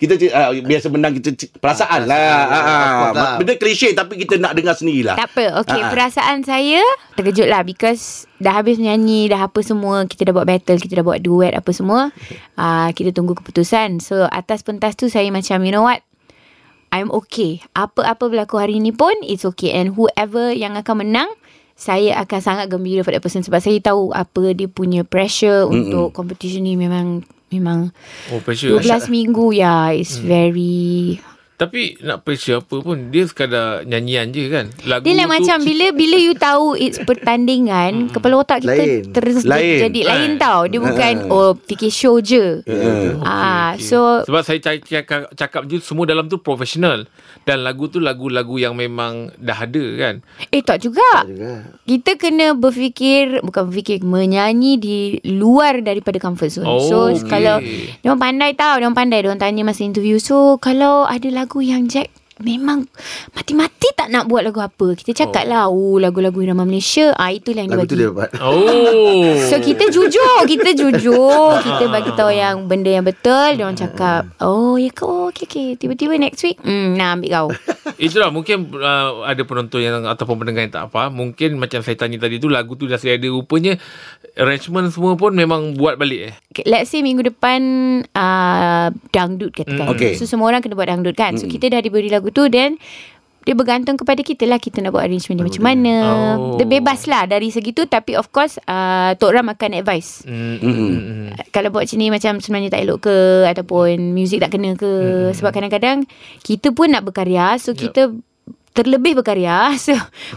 Speaker 2: kita uh, biasa menang kita c- perasaan lah. Ah, ah.
Speaker 3: Of course lah.
Speaker 2: Benda klise tapi kita nak dengar sendirilah.
Speaker 8: tak apa. Okay,
Speaker 2: Ah, ah.
Speaker 8: perasaan saya terkejut lah because dah habis menyanyi, dah apa semua. Kita dah buat battle, kita dah buat duet apa semua. Ah, kita tunggu keputusan. So, atas pentas tu saya macam, you know what? I'm okay. Apa-apa berlaku hari ni pun, it's okay. And whoever yang akan menang, saya akan sangat gembira for that person sebab saya tahu apa dia punya pressure Mm-mm. untuk competition ni memang memang
Speaker 4: Oh pressure
Speaker 8: 12 minggu ya it's very
Speaker 4: Tapi nak pressure apa pun Dia sekadar nyanyian je kan Lagu
Speaker 8: dia lah
Speaker 4: tu-
Speaker 8: macam bila bila you tahu it's pertandingan kepala otak kita
Speaker 3: Lain. Hmm.
Speaker 8: terus
Speaker 2: Lain.
Speaker 8: jadi lain tau dia bukan oh fikir show je ah so
Speaker 4: Sebab saya cakap, cakap, cakap je semua dalam tu profesional dan lagu tu lagu-lagu yang memang dah ada kan.
Speaker 8: eh tak juga kita kena berfikir bukan berfikir menyanyi di luar daripada comfort zone
Speaker 4: Oh,
Speaker 8: so
Speaker 4: okey.
Speaker 8: kalau dia orang pandai tau dia orang pandai dia orang tanya masa interview so kalau ada lagu yang Jack memang mati-mati tak nak buat lagu apa kita cakap oh. lah oh lagu-lagu irama Malaysia ah itulah yang
Speaker 3: Lagu
Speaker 8: dia bagi
Speaker 3: tu dia dapat.
Speaker 4: Oh.
Speaker 8: So kita jujur, kita jujur, kita bagi tahu yang benda yang betul, dia orang cakap, "Oh, ya ke? Oh, okey okey. Tiba-tiba next week, hmm, nak ambil kau."
Speaker 4: Itulah mungkin uh, ada penonton yang ataupun pendengar yang tak apa. Mungkin macam saya tanya tadi tu lagu tu dah sedia ada rupanya arrangement semua pun memang buat balik eh.
Speaker 8: Okay, Let's say minggu depan uh, dangdut katakan.
Speaker 2: Mm. Okay.
Speaker 8: So semua orang kena buat dangdut kan. So kita dah diberi lagu tu then dia bergantung kepada kita lah kita nak buat arrangement dia macam mana.
Speaker 4: Oh.
Speaker 8: Dia bebas lah dari segi tu tapi of course uh, Tok Ram akan advice.
Speaker 4: Hmm.
Speaker 8: kalau buat macam ni macam sebenarnya tak elok ke ataupun muzik tak kena ke hmm. sebab kadang-kadang kita pun nak berkarya so
Speaker 4: Yup.
Speaker 8: yep. kita terlebih berkarya so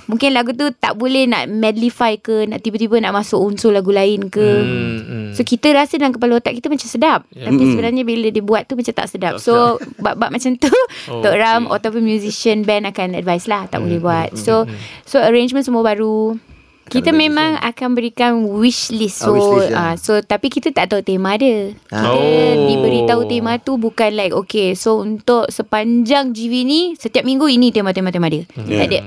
Speaker 8: mungkin lagu tu tak boleh nak medleyfy ke nak tiba-tiba nak masuk unsur lagu lain ke hmm.
Speaker 4: Hmm.
Speaker 8: So kita rasa dalam kepala otak kita macam sedap yeah. Tapi sebenarnya bila dia buat tu macam tak sedap So bab-bab macam tu
Speaker 4: Oh,
Speaker 8: oh, Tok Ram
Speaker 4: okay.
Speaker 8: ataupun musician band akan advise lah Tak boleh buat So so arrangement semua baru kita memang akan berikan wish
Speaker 3: Ah,
Speaker 8: list so
Speaker 3: wish list,
Speaker 8: ah,
Speaker 3: ya.
Speaker 8: so tapi kita tak tahu tema dia. Kita
Speaker 4: Oh.
Speaker 8: eh, diberitahu tema tu bukan like okay so untuk sepanjang GV ni setiap minggu ini tema-tema tema dia.
Speaker 2: Yeah.
Speaker 8: Like that.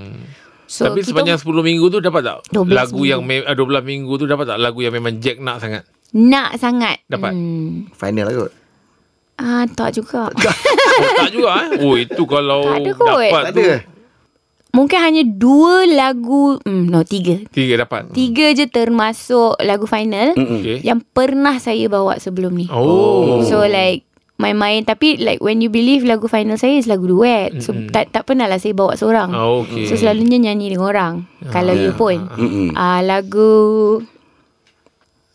Speaker 8: So
Speaker 4: Tapi sepanjang 10 minggu tu dapat tak?
Speaker 8: 12
Speaker 4: Lagu
Speaker 8: minggu.
Speaker 4: yang me- ah, 12 minggu tu dapat tak lagu yang memang Jack nak sangat?
Speaker 8: nak sangat.
Speaker 4: Dapat?
Speaker 8: Hmm.
Speaker 3: Final lah kot.
Speaker 8: Ah tak
Speaker 4: Oh,
Speaker 8: juga.
Speaker 4: tak juga eh. Oh itu kalau
Speaker 8: Tak ada kot.
Speaker 4: dapat
Speaker 3: Tak
Speaker 4: tu
Speaker 3: ada.
Speaker 8: Mungkin hanya dua lagu hmm, No tiga
Speaker 4: tiga dapat.
Speaker 8: Tiga je termasuk lagu final mm-hmm.
Speaker 4: Okey.
Speaker 8: Yang pernah saya bawa sebelum ni
Speaker 4: Oh.
Speaker 8: So like Main-main Tapi like when you believe Lagu final saya is lagu duet So mm-hmm. tak, tak pernah lah saya bawa seorang
Speaker 4: Oh, okey.
Speaker 8: So selalunya nyanyi dengan orang Kalau you pun
Speaker 2: Mm-mm.
Speaker 8: Ah Lagu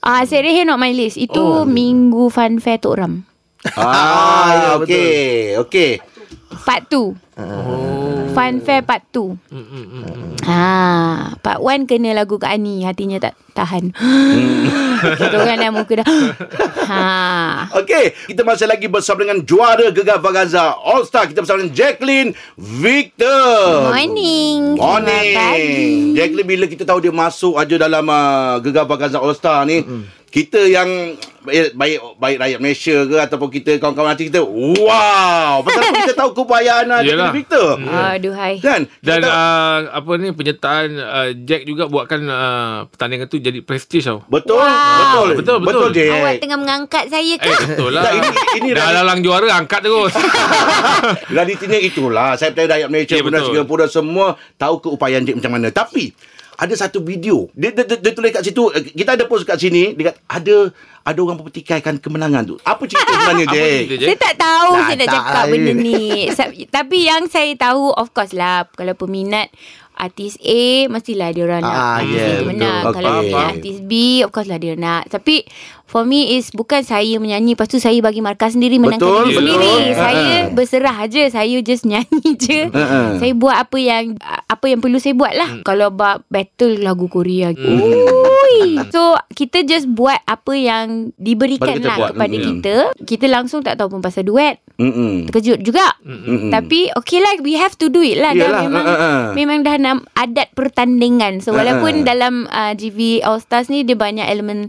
Speaker 8: Ah, Serehe Not My List Itu oh. minggu fun fair Tok Ram
Speaker 2: Ah, okey. Okey.
Speaker 8: Part 2
Speaker 4: Oh.
Speaker 8: Fun fair part 2
Speaker 4: Mm, mm, mm, mm.
Speaker 8: Ha, part 1 kena lagu Kak Ani Hatinya tak tahan Kita orang dah muka dah Ha
Speaker 2: Okey, kita masih lagi bersama dengan juara Gegar Vaganza All Star. Kita bersama dengan Jacqueline Victor. Um,
Speaker 8: Morning
Speaker 2: Morning.
Speaker 8: Selamat pagi.
Speaker 2: Jacqueline bila kita tahu dia masuk aja dalam uh, Gegar Vaganza All Star ni, kita yang eh, baik baik rakyat Malaysia ke ataupun kita kawan-kawan nanti kita wow. Pasal apa kita tahu kebayaan uh,
Speaker 4: Yelah. Mm.
Speaker 2: Jacqueline Victor.
Speaker 4: Ya.
Speaker 8: Aduhai
Speaker 2: Kan? Kita
Speaker 4: Dan
Speaker 2: tahu-
Speaker 4: uh, apa ni penyertaan uh, Jack juga buatkan uh, pertandingan tu jadi prestige tau.
Speaker 2: betul,
Speaker 8: Wow.
Speaker 2: betul,
Speaker 4: Betul, betul.
Speaker 2: betul, Jack.
Speaker 8: Awak tengah mengangkat saya
Speaker 4: Eh
Speaker 8: ke?
Speaker 4: betul lah.
Speaker 2: Tak, ini- ini
Speaker 4: dah
Speaker 2: dah-
Speaker 4: lalang juara angkat terus.
Speaker 2: Realitinya itulah Saya percaya rakyat Malaysia
Speaker 4: Ya,
Speaker 2: yeah, Kemudian
Speaker 4: betul.
Speaker 2: Singapura Semua Tahu keupayaan Jack macam mana Tapi ada satu video. Dia, dia, dia, dia tulis kat situ, eh, kita ada post kat sini, dia kata ada ada orang mempertikaikan kemenangan tu. Apa cerita sebenarnya,
Speaker 4: Apa
Speaker 2: Jack?
Speaker 4: cerita,
Speaker 8: Saya
Speaker 4: Jack?
Speaker 8: tak tahu
Speaker 3: Tak
Speaker 8: saya nak
Speaker 3: tahu.
Speaker 8: cakap benda ni. Sa- Tapi yang saya tahu of course lah kalau peminat artis A mestilah dia
Speaker 3: Ah,
Speaker 8: orang nak artis
Speaker 3: yeah,
Speaker 8: A tu
Speaker 3: betul.
Speaker 8: menang.
Speaker 2: Okay.
Speaker 8: Kalau peminat artis B of course lah dia nak. Tapi for me is bukan saya menyanyi lepas tu saya bagi markah sendiri menangkan
Speaker 2: Betul,
Speaker 8: diri
Speaker 4: betul.
Speaker 8: sendiri.
Speaker 2: Ha-ha.
Speaker 3: Ha,
Speaker 8: Saya berserah aje. Saya just nyanyi je.
Speaker 2: Ha-ha.
Speaker 8: Saya buat apa yang apa yang perlu saya buat lah.
Speaker 2: Mm.
Speaker 8: Kalau bab battle lagu Korea. Ui. So kita just buat apa yang
Speaker 2: Baru
Speaker 8: diberikan
Speaker 2: kita
Speaker 8: lah
Speaker 2: buat.
Speaker 8: kepada
Speaker 2: Mm.
Speaker 8: kita kita Kita langsung tak tahu pun pasal duet
Speaker 2: Mm-mm.
Speaker 8: Terkejut juga
Speaker 2: Mm-mm.
Speaker 8: Tapi okay lah We have to do it lah
Speaker 2: Yalah,
Speaker 8: Dah memang
Speaker 4: uh,
Speaker 2: ah, ah, ah.
Speaker 8: Memang dah nam, adat pertandingan So
Speaker 2: Ah, ah.
Speaker 8: walaupun dalam uh, GV All Stars ni Dia banyak elemen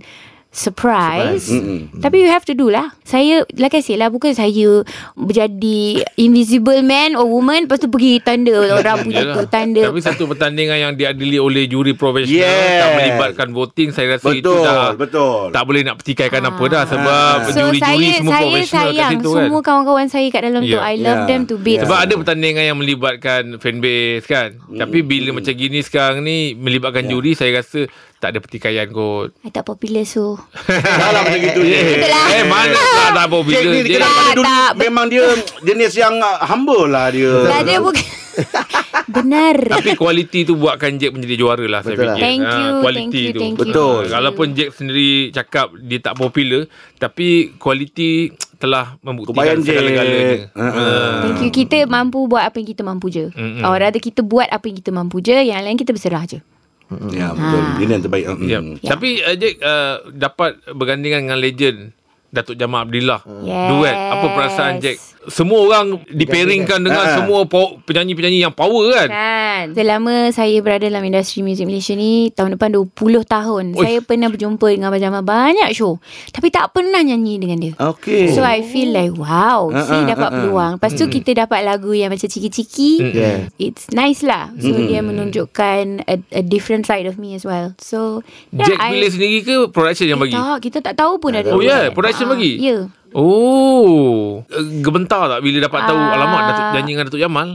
Speaker 8: Surprise,
Speaker 2: Mm-mm.
Speaker 8: Tapi you have to do lah Saya Like I say lah Bukan saya Menjadi Invisible man Or woman Lepas tu pergi tanda Orang punya
Speaker 4: Yalah.
Speaker 8: tu tanda
Speaker 4: Tapi satu pertandingan yang diadili oleh juri profesional
Speaker 2: Yes.
Speaker 4: tak melibatkan voting saya rasa itu
Speaker 2: Betul,
Speaker 4: dah
Speaker 2: betul.
Speaker 4: tak boleh nak pertikaikan apa dah sebab
Speaker 2: Ah.
Speaker 8: So
Speaker 4: juri-juri
Speaker 8: saya
Speaker 4: semua
Speaker 8: Saya
Speaker 4: profesional kat
Speaker 8: sayang
Speaker 4: situ kan.
Speaker 8: Semua kawan-kawan saya Kat dalam tu
Speaker 4: Yeah.
Speaker 8: I love
Speaker 2: Yeah.
Speaker 8: them to bits
Speaker 4: Sebab ada pertandingan yang melibatkan fanbase kan.
Speaker 2: Hmm.
Speaker 4: Tapi bila macam gini sekarang ni melibatkan
Speaker 2: Ya.
Speaker 4: juri saya rasa tak ada pertikaian kot.
Speaker 8: I tak popular so
Speaker 2: Salah macam gitu, Jack.
Speaker 4: Eh mana tak tak apa
Speaker 2: Jack
Speaker 4: bila
Speaker 2: ni
Speaker 4: dia
Speaker 2: dikenal pada
Speaker 8: Tak,
Speaker 2: dunia.
Speaker 8: tak.
Speaker 2: Memang dia jenis yang ah, humble lah dia.
Speaker 8: Tak ada bukan Benar
Speaker 4: tapi kualiti tu buatkan Jack menjadi juara lah saya
Speaker 3: Betul lah.
Speaker 4: fikir.
Speaker 8: Thank you,
Speaker 4: kualiti
Speaker 8: thank you, thank
Speaker 4: tu.
Speaker 8: you. Betul.
Speaker 4: Ha, walaupun Jack sendiri cakap dia tak popular tapi kualiti telah
Speaker 2: Kebayang,
Speaker 4: membuktikan
Speaker 2: Jack.
Speaker 4: segala-galanya.
Speaker 2: Ha, ha.
Speaker 8: Thank you Kita mampu buat apa yang kita mampu je
Speaker 4: Um, Mm-mm.
Speaker 8: mm Or rather kita buat apa yang kita mampu je Yang lain kita berserah je
Speaker 2: Ya, betul.
Speaker 8: Ah.
Speaker 2: Ini yang terbaik. Mm.
Speaker 4: Hmm. Yep. Tapi uh, Jack uh, dapat bergandingan dengan legend Datuk Jamal Abdillah
Speaker 8: Yes.
Speaker 4: Duet Apa perasaan Jack? Semua orang diperingkan dengan
Speaker 2: Ah.
Speaker 4: semua pow- penyanyi-penyanyi yang power kan?
Speaker 8: Kan Selama saya berada dalam industri muzik Malaysia ni Tahun depan 20 tahun
Speaker 4: Oi.
Speaker 8: Saya pernah berjumpa dengan Abang Jamal Banyak show Tapi tak pernah nyanyi dengan dia
Speaker 2: Okay.
Speaker 8: So I feel like Wow
Speaker 2: Ah,
Speaker 8: uh, Saya
Speaker 2: ah,
Speaker 8: dapat
Speaker 2: ah, ah.
Speaker 8: peluang Lepas tu kita dapat lagu Yang macam ciki-ciki
Speaker 3: Yeah.
Speaker 8: It's nice lah So dia menunjukkan a, a different side of me as well So yeah,
Speaker 4: Jack pilih sendiri ke production yang bagi?
Speaker 8: Tak, kita tak tahu pun ada.
Speaker 4: Oh,
Speaker 8: duit.
Speaker 4: yeah, production
Speaker 8: Ah,
Speaker 4: bagi?
Speaker 8: Ya. Yeah.
Speaker 4: Oh, Eh, gementar tak bila dapat tahu
Speaker 8: Ah.
Speaker 4: alamat Datuk nyanyi dengan Datuk Jamal?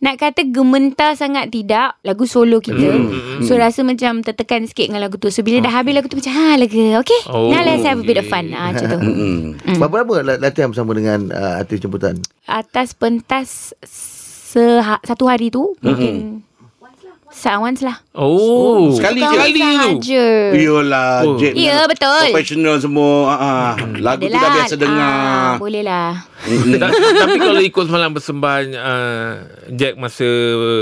Speaker 8: Nak kata gementar sangat tidak lagu solo kita.
Speaker 2: Hmm.
Speaker 8: So rasa macam tertekan sikit dengan lagu tu. So bila
Speaker 2: Ah.
Speaker 8: dah habis lagu tu macam ha lega. Okay.
Speaker 4: Oh,
Speaker 8: Oh, Now let's have a bit of fun.
Speaker 4: okay.
Speaker 8: Ah macam tu.
Speaker 2: Mm.
Speaker 3: Berapa lama la- latihan bersama dengan uh, artis jemputan?
Speaker 8: Atas pentas seha- satu hari tu
Speaker 2: Hmm.
Speaker 8: mungkin sa- once lah.
Speaker 4: Oh,
Speaker 2: Sekali je.
Speaker 4: sekali tu.
Speaker 8: sahaja.
Speaker 2: Yelah,
Speaker 4: Oh.
Speaker 2: Jack.
Speaker 8: Ya, betul.
Speaker 2: Professional semua. Ha, ha. Lagu tu dah
Speaker 8: Adalah.
Speaker 2: biasa dengar.
Speaker 8: Hmm. Ah, boleh lah.
Speaker 4: Ta- Tapi kalau ikut semalam persembahan uh, Jack masa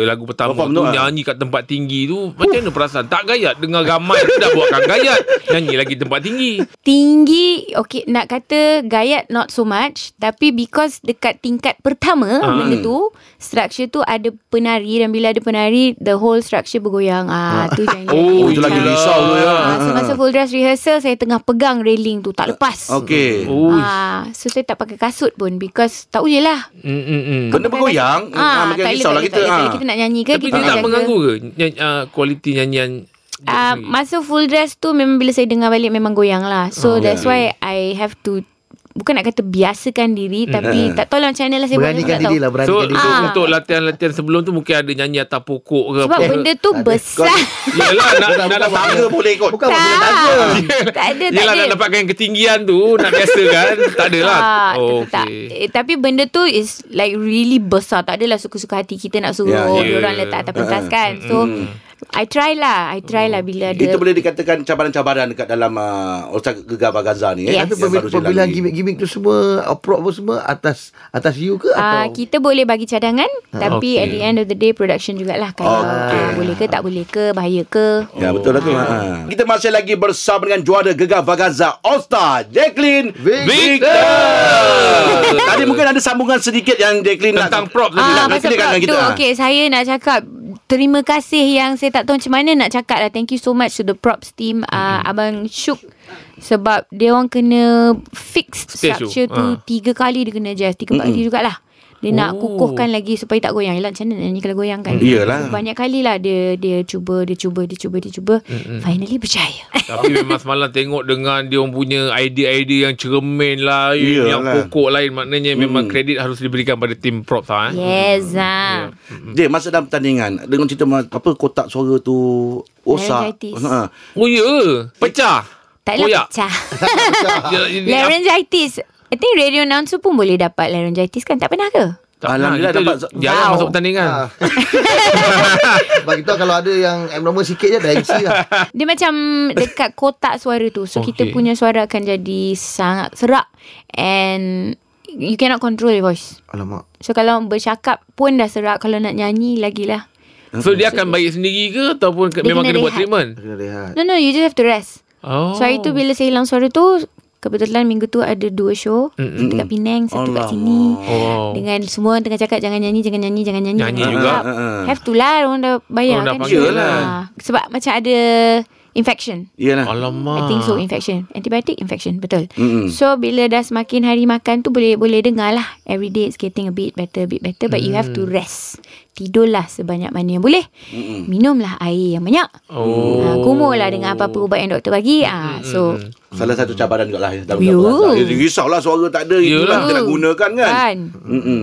Speaker 4: lagu pertama
Speaker 2: Perform
Speaker 4: tu
Speaker 2: tu, ah.
Speaker 4: nyanyi kat tempat tinggi tu macam mana perasaan? Tak gayat dengar ramai tu dah buatkan gayat. Nyanyi lagi tempat tinggi.
Speaker 8: Tinggi Okay nak kata Gayat not so much Tapi because Dekat tingkat pertama
Speaker 4: Ah.
Speaker 8: uh. Benda tu Structure tu ada penari Dan bila ada penari The whole structure bergoyang ah, tu jangan
Speaker 4: Oh,
Speaker 2: itu lagi
Speaker 4: iyalah.
Speaker 2: risau tu ya.
Speaker 8: ah, so, Masa full dress rehearsal Saya tengah pegang railing tu Tak lepas
Speaker 2: Okey.
Speaker 4: Oh.
Speaker 8: ah, So saya tak pakai kasut pun Because tak boleh lah
Speaker 4: Mm, mm, mm.
Speaker 2: Benda bergoyang. Ah,
Speaker 8: ah,
Speaker 2: makin
Speaker 8: Tak
Speaker 2: risau lah
Speaker 8: boleh tak boleh,
Speaker 2: kita.
Speaker 8: tak boleh, tak boleh.
Speaker 2: ah.
Speaker 8: Kita nak nyanyi ke
Speaker 4: Tapi
Speaker 8: Kita
Speaker 4: dia tak
Speaker 8: nak jaga.
Speaker 4: mengganggu ke Nyanyi, uh, kualiti nyanyian Jack
Speaker 8: Uh,
Speaker 4: sendiri?
Speaker 8: masa full dress tu memang bila saya dengar balik memang goyang lah.
Speaker 4: Oh,
Speaker 8: So oh, that's why I have to bukan nak kata biasakan diri
Speaker 4: Mm-hmm.
Speaker 8: tapi tak tahu lah macam mana lah saya buat ni pun
Speaker 3: Beranikan
Speaker 8: tak tahu.
Speaker 3: diri
Speaker 4: So
Speaker 3: lah, beranikan
Speaker 4: untuk,
Speaker 3: diri.
Speaker 8: Ah.
Speaker 4: untuk latihan-latihan sebelum tu Mungkin ada nyanyi atas pokok ke
Speaker 8: Sebab
Speaker 4: apa ke.
Speaker 8: benda tu
Speaker 3: Tak ada.
Speaker 8: besar.
Speaker 4: Yelah nak,
Speaker 3: Bukan,
Speaker 4: nak
Speaker 3: bukan,
Speaker 4: dapat
Speaker 2: Tangga boleh ikut.
Speaker 3: Bukan
Speaker 8: Tak.
Speaker 3: boleh tanya.
Speaker 8: tak ada tak
Speaker 4: Yelah
Speaker 8: ada.
Speaker 4: nak dapatkan ketinggian tu Nak biasa kan Tak adalah
Speaker 8: Ah,
Speaker 4: oh,
Speaker 8: tak,
Speaker 4: okay.
Speaker 8: eh, tapi benda tu is like really besar. Tak adalah suka-suka hati kita nak suruh
Speaker 2: Ya,
Speaker 8: yeah,
Speaker 4: ya.
Speaker 8: yeah. orang letak atas pentas
Speaker 3: Uh-uh.
Speaker 8: kan. So
Speaker 4: Mm-hmm.
Speaker 8: I try lah, I try lah bila ada
Speaker 2: Itu boleh dikatakan cabaran-cabaran dekat dalam uh, Otak Gegar Bagaza ni.
Speaker 8: Yes.
Speaker 2: Eh? Yang baru
Speaker 3: Tapi pembil-
Speaker 2: saya
Speaker 3: pemilihan
Speaker 2: lalui.
Speaker 3: gimmick-gimmick tu semua, oprok pun semua atas atas you ke
Speaker 8: Uh,
Speaker 3: atau? Ah,
Speaker 8: kita boleh bagi cadangan Tapi
Speaker 4: Okey.
Speaker 8: at the end of the day Production jugalah Kalau
Speaker 2: Okey.
Speaker 8: ah, boleh ke tak boleh ke Bahaya ke
Speaker 2: Ya betul lah tu.
Speaker 8: Ah.
Speaker 2: Ha. Kita masih lagi bersama dengan juara Gegar Vagaza All Star Jacqueline
Speaker 3: Victor.
Speaker 2: Victor. Tadi mungkin ada sambungan sedikit yang Jacqueline
Speaker 4: Tentang
Speaker 2: nak
Speaker 4: prop tadi
Speaker 2: nak- nak
Speaker 8: Ah, pasal
Speaker 2: clearkan
Speaker 8: prop
Speaker 2: dengan
Speaker 8: tu.
Speaker 2: kita, ah.
Speaker 8: Okey, saya nak cakap terima kasih yang saya tak tahu macam mana nak cakap lah. Thank you so much to the props team uh, Abang Syuk sebab dia orang kena fix
Speaker 4: Stage tu.
Speaker 8: structure tu
Speaker 4: Ah.
Speaker 8: tiga kali dia kena adjust. Tiga empat kali jugalah. Dia nak
Speaker 4: Oh.
Speaker 8: kukuhkan lagi supaya tak goyang. Yelah macam mana nak nyanyi kalau goyang kan.
Speaker 2: Iyalah.
Speaker 8: Banyak kali lah dia dia cuba, dia cuba, dia cuba, dia cuba. Mm-mm. Finally berjaya.
Speaker 4: Tapi memang semalam tengok dengan dia orang punya idea-idea yang cermin lain, Iyalah. yang
Speaker 2: Iyalah.
Speaker 4: pokok lain. Maknanya hmm. memang kredit harus diberikan pada tim props lah. Eh.
Speaker 8: yes ah.
Speaker 2: Dia masa dalam pertandingan dengan cerita ma- apa kotak suara tu rosak.
Speaker 8: Laryngitis.
Speaker 2: Ha.
Speaker 4: Oh ya, pecah.
Speaker 8: Taklah
Speaker 4: Koyak.
Speaker 8: lah pecah.
Speaker 2: Ah.
Speaker 4: Ya, ini apa-
Speaker 8: laryngitis. I think radio announcer pun boleh dapat laryngitis kan? Tak pernah ke?
Speaker 4: tak
Speaker 2: Alhamdulillah
Speaker 4: pernah.
Speaker 2: dapat-
Speaker 4: Kita Jarang
Speaker 8: Wow.
Speaker 4: masuk pertandingan.
Speaker 3: Ah. Bagi tahu kalau ada yang abnormal sikit je dah MC lah.
Speaker 8: Dia macam dekat kotak suara tu. So okay. kita
Speaker 4: Okey.
Speaker 8: punya suara akan jadi sangat serak and you cannot control your voice.
Speaker 3: Alamak.
Speaker 8: So kalau bercakap pun dah serak, kalau nak nyanyi lah. lagilah.
Speaker 4: So dia akan baik sendiri ke ataupun ke,
Speaker 8: Dia
Speaker 4: memang
Speaker 8: kena
Speaker 4: kena buat
Speaker 8: rehat.
Speaker 4: treatment?
Speaker 3: Kena rehat.
Speaker 8: No no, you just have to rest.
Speaker 4: Oh.
Speaker 8: So hari tu bila saya hilang suara tu, kebetulan minggu tu ada dua show, satu kat Penang, satu kat sini.
Speaker 4: Oh.
Speaker 8: Dengan semua tengah cakap jangan nyanyi, jangan nyanyi, jangan nyanyi.
Speaker 2: Ah,
Speaker 4: Nyanyi
Speaker 8: Jangan
Speaker 4: juga.
Speaker 8: cakap. Have to lah, orang dah bayar
Speaker 4: Orang dah
Speaker 8: kan.
Speaker 4: panggil
Speaker 2: lah.
Speaker 8: Ah, Sebab macam ada infection.
Speaker 2: Iyalah.
Speaker 4: Alamak.
Speaker 8: I think so infection Antibiotic infection Betul
Speaker 2: Mm-mm.
Speaker 8: So bila dah semakin hari makan tu Boleh boleh dengar lah Every day it's getting a bit better bit better But you have to
Speaker 2: Hmm.
Speaker 8: rest Tidurlah sebanyak mana yang boleh mm Minumlah air yang banyak
Speaker 4: Oh. Hmm.
Speaker 8: ha, Kumurlah dengan apa-apa ubat yang doktor bagi
Speaker 2: Hmm,
Speaker 8: ha, So
Speaker 2: Salah satu cabaran juga lah ya, dalam
Speaker 8: Yo.
Speaker 2: dalam bahasa. Dia risaulah suara tak ada
Speaker 4: Yelah.
Speaker 2: Itulah kita nak gunakan kan
Speaker 8: Kan
Speaker 2: Mm-mm.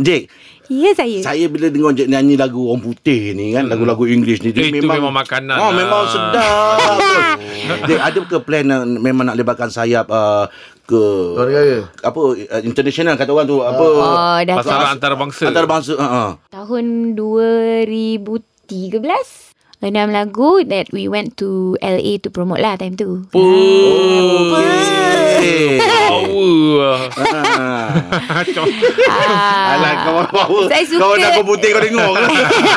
Speaker 2: Jake
Speaker 8: Ya saya
Speaker 2: Saya bila dengar Jack nyanyi lagu orang putih ni kan Lagu-lagu English ni dia
Speaker 4: Itu memang makanan
Speaker 2: Oh
Speaker 4: lah.
Speaker 2: memang sedap Jack ada ke plan uh, Memang nak lebarkan sayap uh, Ke
Speaker 3: Luar negara.
Speaker 2: Apa uh, International kata orang tu Apa
Speaker 8: Oh dah
Speaker 4: Pasaran
Speaker 8: tak
Speaker 4: antarabangsa.
Speaker 2: Antarabangsa uh, uh.
Speaker 8: Tahun 2013 Enam lagu That we went to LA To promote lah time tu
Speaker 2: Oh. Okay.
Speaker 4: Power.
Speaker 2: Ah.
Speaker 8: Ah.
Speaker 2: Alah kau power.
Speaker 8: Saya suka.
Speaker 2: Kau nak putih kau tengok lah.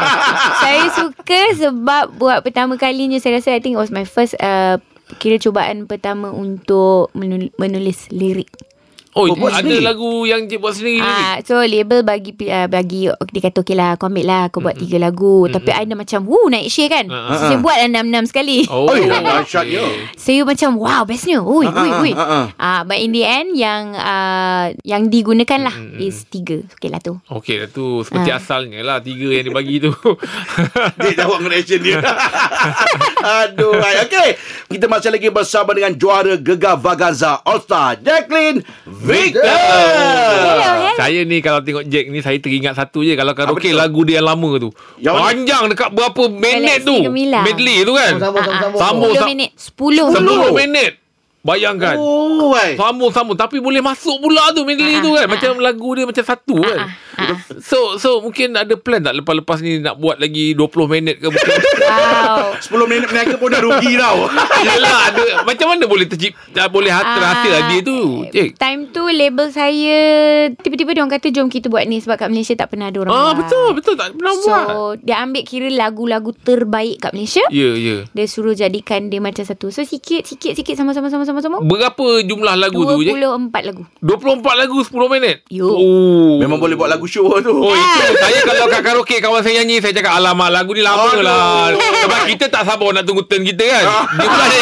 Speaker 8: saya suka sebab buat pertama kalinya saya rasa I think it was my first uh, kira cubaan pertama untuk menul- menulis lirik.
Speaker 4: Oh,
Speaker 2: Oh, buat
Speaker 4: ada
Speaker 2: sendiri.
Speaker 4: lagu yang Cik buat sendiri ni.
Speaker 8: Ah, so label bagi uh, bagi dia kata okey lah kau ambil lah kau buat tiga lagu tapi I dah macam woo naik share kan.
Speaker 4: Ah,
Speaker 8: So, saya buat enam-enam sekali.
Speaker 4: Oh,
Speaker 2: Oi, dahsyatnya.
Speaker 8: Saya macam wow bestnya. Oi
Speaker 2: Ah,
Speaker 8: oi
Speaker 2: ah,
Speaker 8: oi.
Speaker 2: ah, ah.
Speaker 8: Ah but in the end yang uh, yang digunakan lah is tiga. Okey lah tu.
Speaker 4: Okey lah tu Seperti
Speaker 8: Ah.
Speaker 4: asalnya lah Tiga yang dia bagi tu
Speaker 2: Dia jawab dengan action dia. Aduh. hai. Okey. Kita masih lagi bersama dengan juara Gegar Vagaza All Star Jacqueline Victor.
Speaker 4: Saya ni kalau tengok Jack ni Saya teringat satu je Kalau
Speaker 2: tu?
Speaker 4: karaoke lagu dia yang lama tu
Speaker 2: Yang mana?
Speaker 4: Panjang dekat berapa minit
Speaker 8: Galaxy
Speaker 4: tu
Speaker 8: Gemila.
Speaker 4: Medley tu kan
Speaker 3: Sama-sama. sama-sama.
Speaker 4: Sambung. Oh,
Speaker 8: 10
Speaker 4: tak-
Speaker 8: Ah, minit
Speaker 4: 10
Speaker 8: 10
Speaker 4: minit Bayangkan
Speaker 2: Oh, why?
Speaker 4: Sambung-sambung Tapi boleh masuk pula tu
Speaker 8: Ah,
Speaker 4: Medley tu kan Macam lagu dia macam satu kan So so mungkin ada plan tak Lepas-lepas ni nak buat lagi 20 minit ke mungkin
Speaker 8: Wow
Speaker 2: 10 minit peniaga pun dah rugi tau.
Speaker 4: Yelah ada, Macam mana boleh tercipta Boleh hat- terhasil
Speaker 8: Ah,
Speaker 4: idea tu Jack
Speaker 8: Time tu label saya Tiba-tiba diorang kata Jom kita buat ni Sebab kat Malaysia tak pernah diorang
Speaker 4: Ah
Speaker 8: buat
Speaker 4: betul betul tak pernah
Speaker 8: So
Speaker 4: buat.
Speaker 8: dia ambil kira lagu-lagu terbaik kat Malaysia
Speaker 4: Ya ya.
Speaker 8: Dia suruh jadikan dia macam satu So sikit sikit sikit sama-sama sama-sama sama
Speaker 4: Berapa jumlah lagu tu je?
Speaker 8: 24 lagu
Speaker 4: 24 lagu 10 minit.
Speaker 8: Yo. Ah.
Speaker 4: Oh.
Speaker 2: Memang boleh buat lagu show tu.
Speaker 4: Oh itu saya kalau kat karaoke kawan saya nyanyi saya cakap alamak lagu ni lama
Speaker 2: Aduh. Ah.
Speaker 4: lah sebab kita tak sabar nak tunggu turn kita kan dia pula
Speaker 8: Ah,
Speaker 4: ni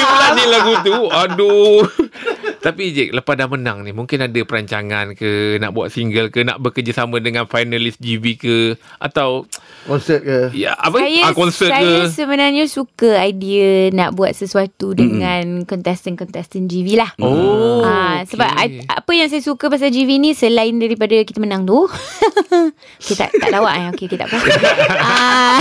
Speaker 4: dia pula ni lagu tu aduh tapi Jack lepas dah menang ni mungkin ada perancangan ke nak buat single ke nak bekerjasama dengan finalis GB ke atau
Speaker 3: Konsert ke?
Speaker 4: ya apa ah,
Speaker 8: saya,
Speaker 4: konsert
Speaker 8: saya
Speaker 4: ke
Speaker 8: sebenarnya suka idea nak buat sesuatu dengan kontestan-kontestan GV lah.
Speaker 4: Oh,
Speaker 8: Ah, sebab
Speaker 4: okey.
Speaker 8: I, apa yang saya suka pasal GV ni selain daripada kita menang tu. okay, tak, tak lawak eh. Okay, okay, tak apa. ah,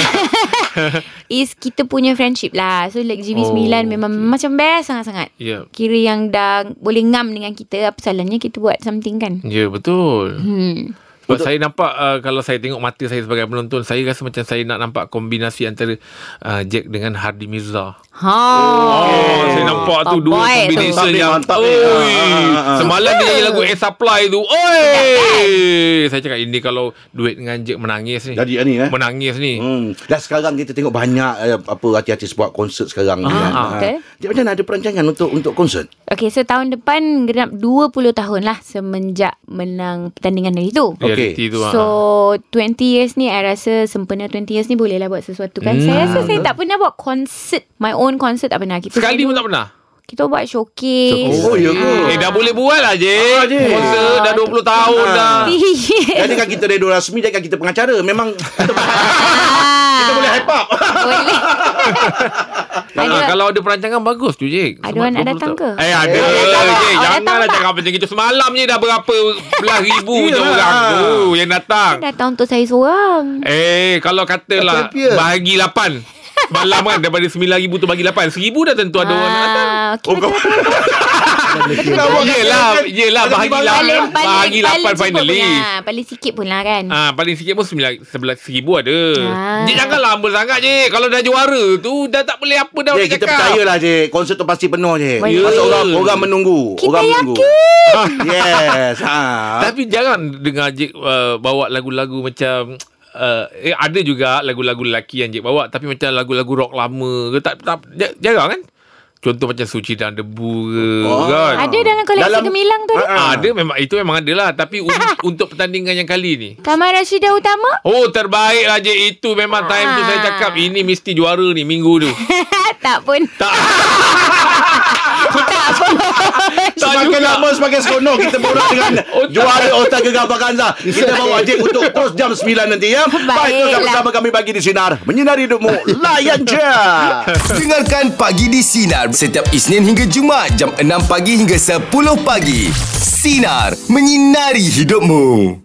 Speaker 8: is kita punya friendship lah. So like GV
Speaker 4: Oh,
Speaker 8: oh, 9 memang macam best sangat-sangat.
Speaker 4: Ya.
Speaker 8: Kira yang dah boleh ngam dengan kita apa salahnya kita buat something kan.
Speaker 4: Ya betul
Speaker 8: Hmm.
Speaker 4: Sebab saya nampak uh, Kalau saya tengok mata saya sebagai penonton Saya rasa macam saya nak nampak Kombinasi antara uh, Jack dengan Hardy Mirza
Speaker 8: Ha.
Speaker 4: Oh, saya nampak tu dua
Speaker 8: Boy tu.
Speaker 4: kombinasi
Speaker 2: Mantap ni,
Speaker 4: yang
Speaker 2: eh, mantap ni.
Speaker 4: Oi,
Speaker 2: Ah, ah, ah, ah.
Speaker 4: Semalam dia nyanyi lagu Air Supply tu Oi Saya cakap ini kalau Duet dengan Jack menangis ni
Speaker 2: kan? Jadi ni eh.
Speaker 4: Menangis ni
Speaker 2: Hmm. Dah sekarang kita tengok banyak eh, apa hati-hati buat konsert sekarang ni
Speaker 4: Ah,
Speaker 2: kan.
Speaker 4: ah.
Speaker 2: Ah.
Speaker 8: Betul.
Speaker 2: Dia macam mana ada perancangan untuk untuk konsert?
Speaker 8: Okay, so tahun depan genap 20 tahun lah semenjak menang pertandingan hari tu.
Speaker 2: Okey.
Speaker 4: Reality tu
Speaker 8: So
Speaker 4: ah.
Speaker 8: 20 years ni I rasa Sempena 20 years ni Boleh lah buat sesuatu kan
Speaker 4: Hmm.
Speaker 8: Saya rasa saya tak pernah buat konsert My own konsert tak pernah kita
Speaker 4: Sekali pun
Speaker 8: saya dulu-
Speaker 4: tak pernah
Speaker 8: Kita buat showcase.
Speaker 2: Oh, ya ke?
Speaker 4: Eh dah boleh buat lah je.
Speaker 2: Ah, Jay.
Speaker 4: Masa dah 20 tahun dah.
Speaker 2: Oh, Jadi kan kita radio rasmi Jadi kan kita pengacara Memang Kita boleh hype up
Speaker 8: Boleh.
Speaker 4: Kalau,
Speaker 8: Ada-
Speaker 4: lah, kalau ada perancangan bagus tu je.
Speaker 8: Ada orang nak datang ke?
Speaker 4: Eh ada.
Speaker 8: datang tak?
Speaker 4: Eh,
Speaker 8: Awak
Speaker 4: janganlah
Speaker 8: datang tak?
Speaker 4: cakap macam itu. Semalam je dah berapa belas ribu je
Speaker 2: Iyalah.
Speaker 4: orang tu yang datang.
Speaker 8: Datang untuk saya seorang.
Speaker 4: Eh kalau katalah
Speaker 3: Champion.
Speaker 4: bagi lapan. Malam kan daripada 9,000 tu bagi 8 1,000 dah tentu ada orang nak datang
Speaker 2: Oh,
Speaker 8: Ah, okay, betul, betul.
Speaker 4: Yelah Yelah
Speaker 2: Ada
Speaker 4: bahagi
Speaker 2: pertimbangan.
Speaker 4: lapan
Speaker 8: Paling paling
Speaker 4: Bahagi lapan
Speaker 8: paling cepat pun
Speaker 4: finally
Speaker 8: lah. Paling sikit pun lah kan.
Speaker 4: Ah, paling sikit pun sembilan, sebelas ribu ada.
Speaker 8: Ah.
Speaker 4: Dia janganlah humble sangat je. Kalau dah juara tu, dah tak boleh apa dah
Speaker 2: Jay,
Speaker 4: boleh
Speaker 2: kita
Speaker 4: cakap.
Speaker 2: percayalah je Konsert tu pasti penuh je
Speaker 8: Boleh.
Speaker 2: Pasal orang Orang menunggu
Speaker 8: Kita
Speaker 2: Orang
Speaker 8: yakin.
Speaker 2: menunggu Yes ha.
Speaker 4: Tapi jangan dengar Jik uh, bawa lagu-lagu macam... Uh, eh, ada juga lagu-lagu lelaki yang Jik bawa. Tapi macam lagu-lagu rock lama ke. Tak, tak, ja- jarang kan? Contoh macam Suci dan Debu ke.
Speaker 2: Oh.
Speaker 4: Kan?
Speaker 8: Ada dalam koleksi
Speaker 2: Dalam-
Speaker 8: gemilang tu.
Speaker 2: Ah,
Speaker 8: Uh,
Speaker 4: Ah, ada memang itu memang ada lah tapi un- untuk pertandingan yang kali ni
Speaker 8: Kamar Rashida Utama.
Speaker 4: Oh terbaik lah je Itu memang time tu saya
Speaker 8: Ah.
Speaker 4: cakap Ini mesti juara ni minggu tu
Speaker 8: tak pun.
Speaker 4: Tak
Speaker 8: tak pun.
Speaker 2: Semakin lama semakin seronok Kita borak dengan Juara Otak Gegar Vakanza Kita bawa Jay untuk terus jam 9 nanti ya Baik terus
Speaker 8: Baiklah.
Speaker 2: bersama kami bagi di Sinar Menyinari hidupmu Layan je
Speaker 1: Dengarkan Pagi di Sinar setiap Isnin hingga Jumaat jam 6 pagi hingga 10 pagi. Sinar, menyinari hidupmu.